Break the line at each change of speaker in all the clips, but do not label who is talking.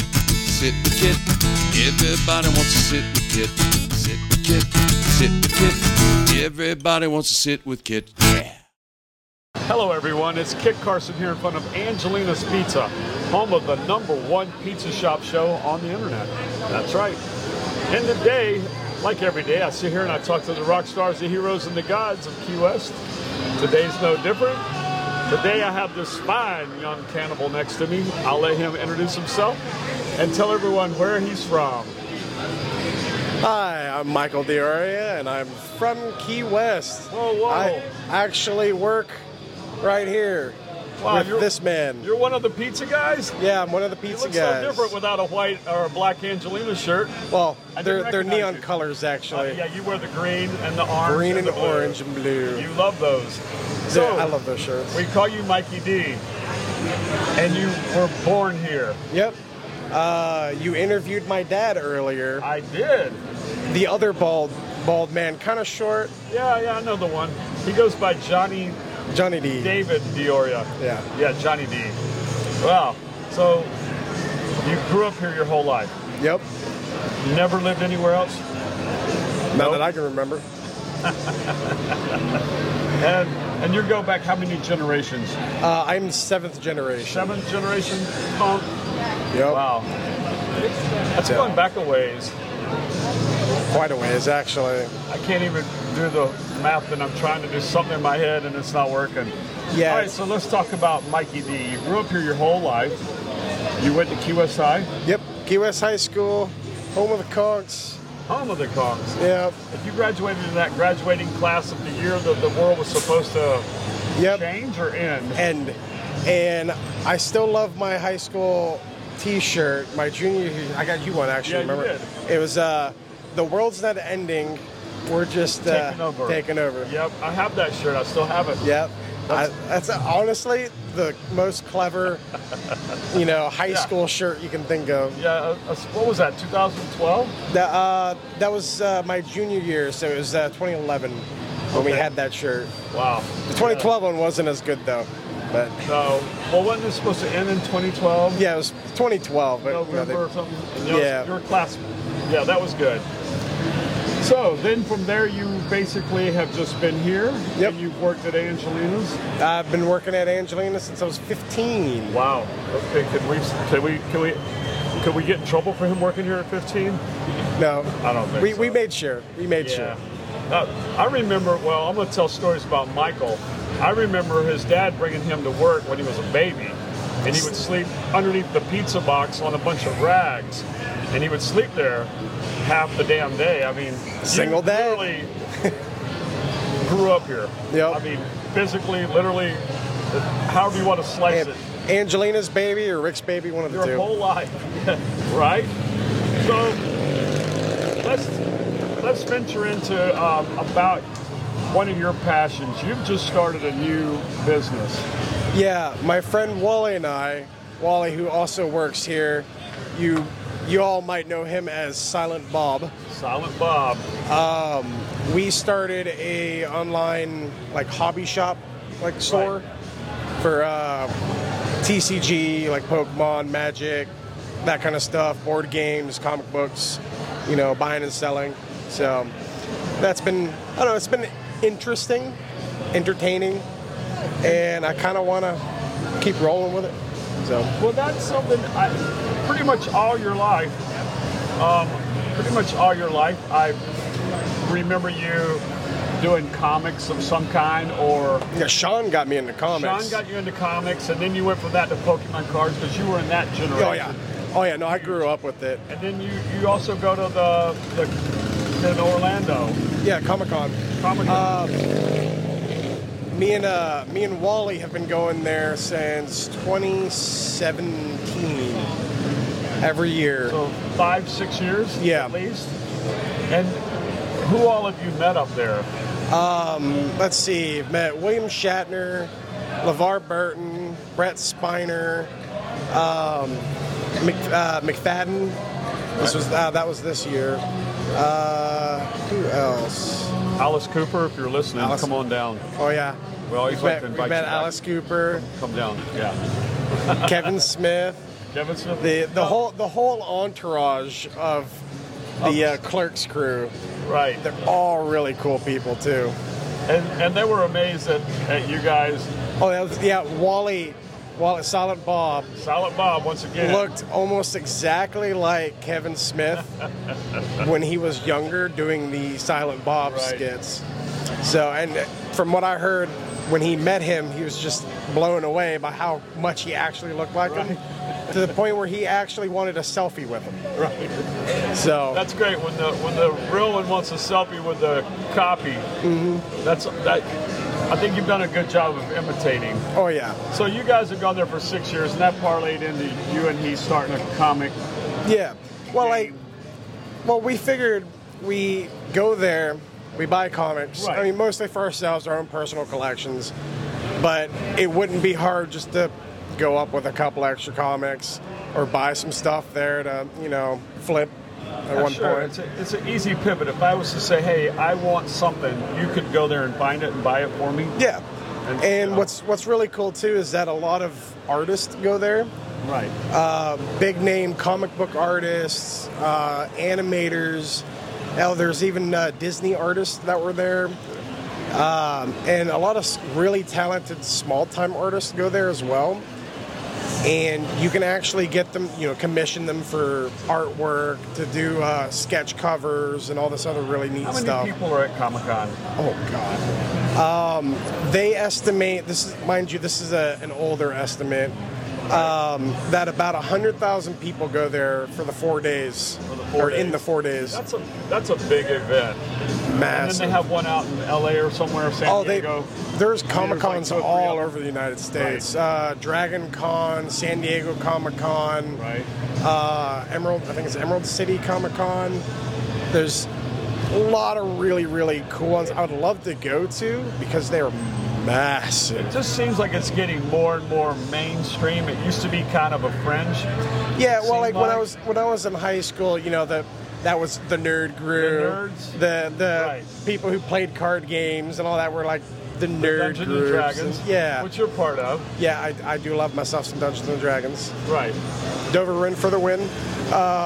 sit with Kit. Everybody wants to sit with Kit. Sit with Kit. Sit with Kit. Everybody wants to sit with Kit. Yeah.
Hello, everyone. It's Kit Carson here in front of Angelina's Pizza, home of the number one pizza shop show on the internet. That's right. And today, like every day, I sit here and I talk to the rock stars, the heroes, and the gods of Key West. Today's no different. Today, I have this fine young cannibal next to me. I'll let him introduce himself and tell everyone where he's from.
Hi, I'm Michael D'Aria, and I'm from Key West.
Whoa, whoa.
I actually work right here
Wow,
with
you're-
this man.
You're one of the pizza guys?
Yeah, I'm one of the
You
pizza
look
guys.
so different without a white or a black Angelina shirt.
well,
I didn't
they're they're
recognize
neon
you.
colors
Uh,
actually,
yeah, you wear the green and the orange.
green
and
and
the blue.
orange and blue.
You love those.
They're-
So
I love those shirts.
we call you Mikey D, and you were born here.
Yep. Uh, you interviewed my dad earlier.
I did.
The other bald bald man, kind of short,
Yeah, yeah, I know the one. He goes by Johnny
Johnny D.
David Dioria.
Yeah.
Yeah, Johnny D. Wow. So you grew up here your whole life.
Yep.
You never lived anywhere else.
Not that I can remember.
And and you go back how many generations?
Uh, I'm seventh generation.
Seventh generation? Oh,
Yep.
Wow. That's
Yeah.
going back a ways.
Quite a ways actually.
I can't even do the math, and I'm trying to do something in my head, and it's not working.
Yeah.
All right, so let's talk about Mikey D. You grew up here your whole life. You went to QSI,
Yep, Key West High School, home of the Conks.
home of the Kongs.
Yep,
If you graduated in that graduating class of the year that the world was supposed to
yep.
change or end,
And uh, and I still love my high school T-shirt. My junior, I got you one
Yeah,
actually.
you
remember? It was uh, the world's not ending. We're just uh,
taking over.
Taking over.
Yep, I have that shirt. I still have it.
Yep. I, that's honestly the most clever, you know, high
Yeah.
school shirt you can think of.
Yeah, uh, uh, what was that, 2012?
That uh, that was uh, my junior year, so it was uh, 2011 when we
Okay.
had that shirt.
Wow.
The 2012 one wasn't as good though, but
So, well, wasn't it supposed to end in 2012?
yeah, it was 2012. But you know,
November
they-
or something. You know,
Yeah.
Your class. Yeah, that was good. So then from there, you basically have just been here.
Yep.
And you've worked at Angelina's.
I've been working at Angelina since I was 15.
Wow. Okay. Can we? Can we? Can we? Could we get in trouble for him working here at 15?
No,
I don't think
we
so.
we made sure. We made
Yeah.
sure.
Uh, I remember. Well, I'm going to tell stories about Michael. I remember his dad bringing him to work when he was a baby, and he would sleep underneath the pizza box on a bunch of rags, and he would sleep there half the damn day. I mean, you
Single day.
Literally grew up here.
Yep.
I mean, physically, literally, however you want to slice
And
it.
Angelina's baby or Rick's baby, one of the
your
two.
whole life, right? So let's let's venture into um, about one of your passions. You've just started a new business.
Yeah, my friend Wally and I, Wally who also works here, you you all might know him as Silent Bob.
Silent Bob.
we started a online like hobby shop like store for uh, TCG like Pokemon, Magic, that kind of stuff, board games, comic books, you know, buying and selling. So that's been I don't know, it's been interesting, entertaining, and I kind of want to keep rolling with it. So
Well, that's something I pretty much all your life. Um, pretty much all your life, I remember you doing comics of some kind or
yeah, Sean got me into
Sean
comics.
got you into comics and then you went from that to Pokemon cards because you were in that generation.
oh yeah, oh yeah. No, I grew up with it.
And then you, you also go to the, the in Orlando
Yeah, Comic Con.
Comic Con.
Uh, Um, Me and uh, me and Wally have been going there since 2017. Every year,
so five six years
yeah.
at least. And who all have you met up there?
let's see, I've met William Shatner, LeVar Burton, Brett Spiner, um, Mc, uh, McFadden. This was uh, that was this year. Uh, who else?
Alice Cooper, if you're listening,
Alice-
come on down.
Oh yeah,
We always
We've
like
met,
to
we
invite
met
you back.
Alice Cooper,
Come down. Yeah.
Kevin Smith,
Kevin Smith.
the the whole the whole entourage of the uh, clerks crew.
right.
They're all really cool people too.
And and they were amazed at, at you guys.
Oh, that was, yeah, Wally, Wally, Silent Bob
Silent Bob once again.
looked almost exactly like Kevin Smith when he was younger doing the Silent Bob
Right.
skits. So, and from what I heard, when he met him, he was just blown away by how much he actually looked like him, to the point where he actually wanted a selfie with him.
Right.
So
That's great when the when the real one wants a selfie with the copy.
Mm-hmm.
That's that. I think you've done a good job of imitating.
Oh yeah,
So you guys have gone there for six years, and that parlayed into you and he starting a comic.
yeah. Well, like, well, we figured we go there, we buy comics. I
Right.
mean, mostly for ourselves, our own personal collections. But it wouldn't be hard just to go up with a couple extra comics or buy some stuff there to, you know, flip at one
sure, it's
point.
a, it's an easy pivot. If I was to say, "Hey, I want something," you could go there and find it and buy it for me.
Yeah.
And- um,
And, what's what's really cool too is that a lot of artists go there.
Right.
big name comic book artists, uh, animators. Hell, there's even uh, Disney artists that were there. Um, and a lot of s- really talented small time artists go there as well. And you can actually get them, you know, commission them for artwork, to do uh, sketch covers, and all this other really neat
How many
stuff.
people are at Comic Con?
Oh God. Um, they estimate this is, mind you, this is a, an older estimate. Um, that about hundred thousand people go there for the four days,
the four
or in
days.
the four days.
That's a that's a big event. And then
massive.
they have one out in L.A. or somewhere, San
oh, they
Diego.
there's comic cons
like,
all
Tokyo.
over the United States. Uh, Dragon Con, San Diego Comic Con,
Right.
uh, Emerald. I think it's Emerald City Comic Con. There's a lot of really really cool ones. I would love to go to because they are massive.
It just seems like it's getting more and more mainstream. It used to be kind of a fringe.
Yeah,
seemed
well, like when
like.
I was when I was in high school, you know, the that was the nerd group,
nerds?
the the
Right.
people who played card games and all that were like the nerd
Dungeons and
groups.
Dragons.
and- yeah,
Which you're part of.
yeah, I, I do love myself some Dungeons and Dragons.
Right.
Dover Rin for the win. Um,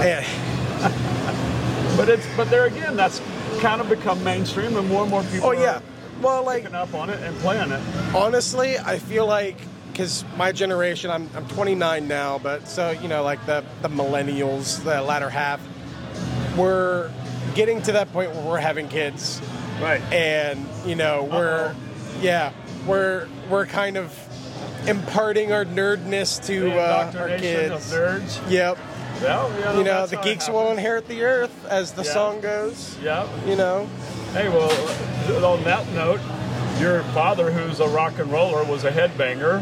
eh, yeah,
But it's but there again, that's kind of become mainstream and more and more people
oh yeah,
are
well, like
picking up on it and playing it.
honestly, I feel like because my generation, I'm, I'm 29 now, but so you know, like the the millennials, the latter half, we're getting to that point where we're having kids,
Right.
and you know,
Uh-huh.
we're yeah, we're we're kind of imparting our nerdness to uh, our
indoctrination of
kids.
nerds.
Yep,
Well, yeah,
you know,
that's
the
how it
geeks
happens.
will inherit the earth, as the
Yeah.
song goes.
Yeah.
You know,
Hey, well, on that note, your father, who's a rock and roller, was a headbanger,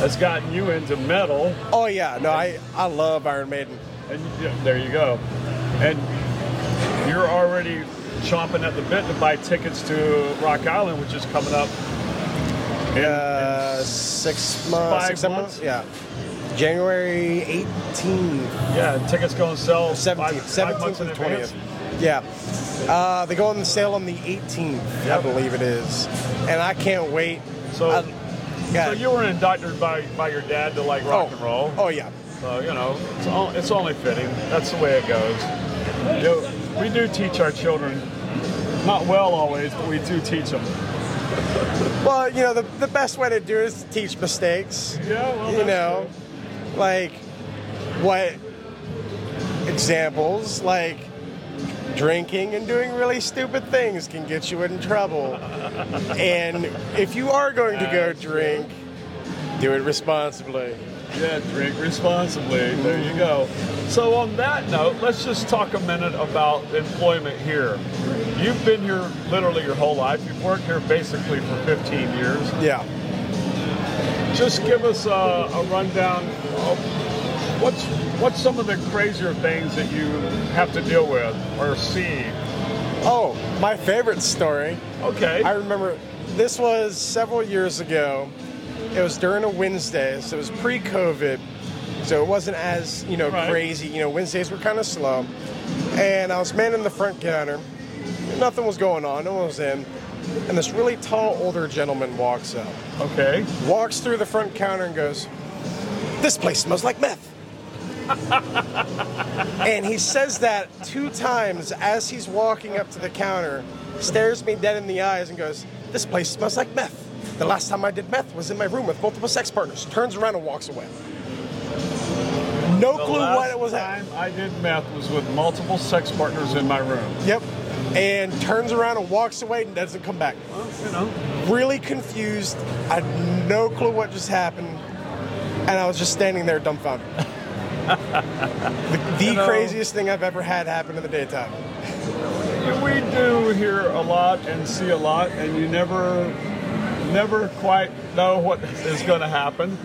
has gotten you into metal.
oh yeah, no, I I love Iron Maiden.
And you- yeah, there you go. And you're already chomping at the bit to buy tickets to Rock Island, which is coming up. in- in
Uh, six months.
Five
six seven
months?
months. Yeah. January 18th,
yeah, tickets go on sale
17th,
five, five
17th
months in
and 20th.
advance.
Yeah. Uh, they go on sale on the 18th,
Yep.
I believe it is. And I can't wait.
So-
I- yeah.
So you were indoctrinated by, by your dad to like rock
oh,
and roll.
Oh, yeah.
So you know, it's, all, it's only fitting. That's the way it goes. You know, we do teach our children, not well always, but we do teach them.
Well, you know, the, the best way to do it is to teach mistakes.
Yeah, well,
you
that's
know, like what examples like drinking and doing really stupid things can get you in trouble. and if you are going to go drink, do it responsibly.
Yeah, drink responsibly. There you go. So on that note, let's just talk a minute about employment here. You've been here literally your whole life. You've worked here basically for 15 years.
Yeah.
Just give us a, a rundown of what's what's some of the crazier things that you have to deal with or see.
Oh, my favorite story.
Okay.
I remember this was several years ago. It was during a Wednesday, so it was pre-COVID, so it wasn't as you know
Right.
crazy. You know, Wednesdays were kind of slow, and I was manning the front counter. Nothing was going on. No one was in, and this really tall older gentleman walks up,
okay.
walks through the front counter, and goes, this place smells like meth. and he says that two times as he's walking up to the counter, stares me dead in the eyes and goes, This place smells like meth. The last time I did meth was in my room with multiple sex partners. Turns around and walks away. No
The
clue
last
what it was
time
at.
I did meth was with multiple sex partners in my room.
Yep. And turns around and walks away and doesn't come back.
Well, you know,
Really confused. I had no clue what just happened. And I was just standing there dumbfounded. the the
You know-
craziest thing I've ever had happen in the daytime.
we do hear a lot and see a lot, and you never, never quite know what is going to happen.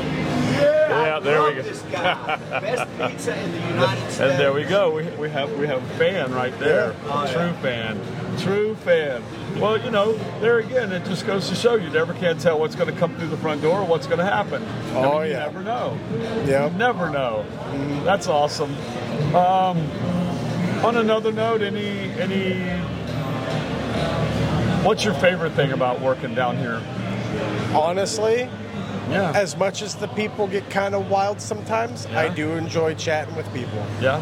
Yeah,
Yeah,
I
there we
love
go.
This guy. Best pizza in the United States.
And uh, there we go. We, we have we have fan right there.
Yeah. Oh, yeah.
True fan. True fan. Well, you know, there again, it just goes to show you never can tell what's going to come through the front door, or what's going to happen. I
Oh,
mean, you
yeah.
never know.
Yep.
Never know. That's awesome. Um, on another note, any any. What's your favorite thing about working down here?
honestly,
Yeah.
as much as the people get kind of wild sometimes, I
Yeah.
do enjoy chatting with people.
yeah.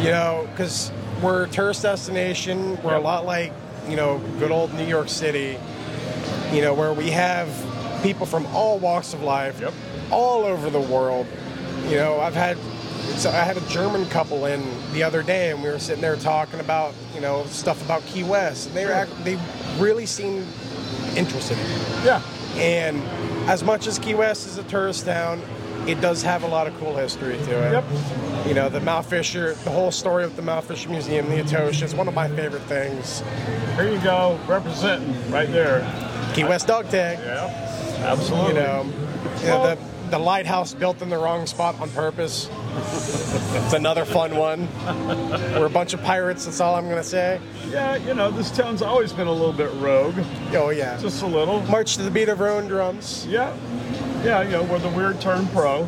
You know, because we're a tourist destination, we're
Yep.
a lot like, you know, good old New York City, you know, where we have people from all walks of life,
Yep.
all over the world. You know, I've had. So I had a German couple in the other day, and we were sitting there talking about you know stuff about Key West, and they were, act- they really seemed interested. in it.
Yeah.
And as much as Key West is a tourist town, it does have a lot of cool history to it.
Yep.
You know, the Mount Fisher, the whole story of the Mount Fisher Museum, the Etosha, is one of my favorite things.
Here you go, representing right there.
Key West dog tag,
Yeah. Absolutely.
you know, you know,
Well-
the, the lighthouse built in the wrong spot on purpose. it's another fun one. We're a bunch of pirates, that's all I'm going to say.
Yeah, you know, this town's always been a little bit rogue,
Oh, yeah.
just a little.
March to the beat of our own drums.
Yeah, yeah, you know, we're the weird turn pro.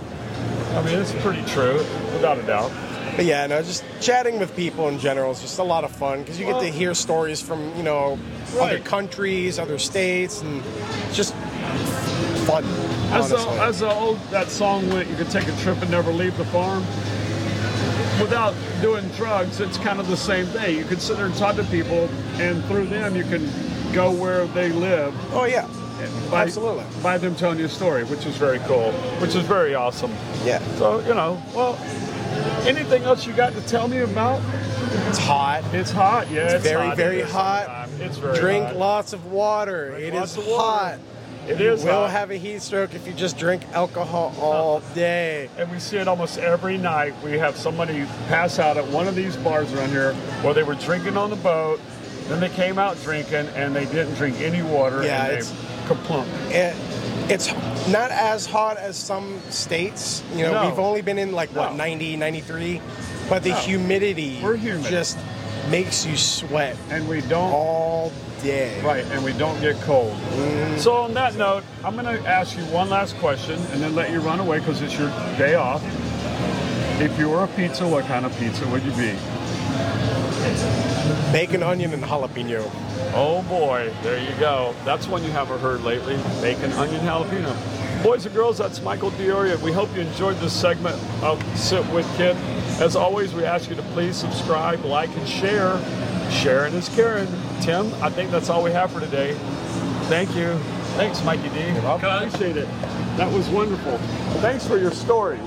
I mean, it's pretty true, without a doubt.
But yeah, no, just chatting with people in general is just a lot of fun because you get
Well-
to hear stories from, you know, other
Right.
countries, other states, and it's just fun.
As the,
honestly.
as the old that song went, you could take a trip and never leave the farm. Without doing drugs, it's kind of the same thing. You can sit there and talk to people, and through them, you can go where they live
oh, yeah.
by,
Absolutely.
by them telling you a story, which is very cool, which is very awesome.
Yeah.
So, you know, well, anything else you got to tell me about?
It's hot.
It's hot, yeah. It's,
very,
hot.
very
It is
hot.
sometime. It's very
Drink
hot.
lots of water.
Drink
It
lots
is
of water.
hot.
It is
We'll
hot. Uh-huh.
have a heat stroke if you just drink alcohol all day.
and we see it almost every night. We have somebody pass out at one of these bars around here where they were drinking on the boat, then they came out drinking and they didn't drink any water
Yeah,
and
it's-
they kaplumped.
It, it's not as hot as some states. You know,
No.
we've only been in like what
No.
90, 93, but the
No.
humidity
We're humid.
just makes you sweat
And we don't
all day.
Right, and we don't get cold.
Mm.
So on that note, I'm going to ask you one last question, and then let you run away because it's your day off. If you were a pizza, what kind of pizza would you be?
Bacon, onion, and jalapeno.
Oh boy, there you go. That's one you haven't heard lately. Bacon, onion, jalapeno. Boys and girls, that's Michael Dioria. We hope you enjoyed this segment of Sit With Kid. As always, we ask you to please subscribe, like, and share. Sharon is Karen. Tim, I think that's all we have for today. Thank you. Thanks, Mikey D. I appreciate it. That was wonderful. Thanks for your stories.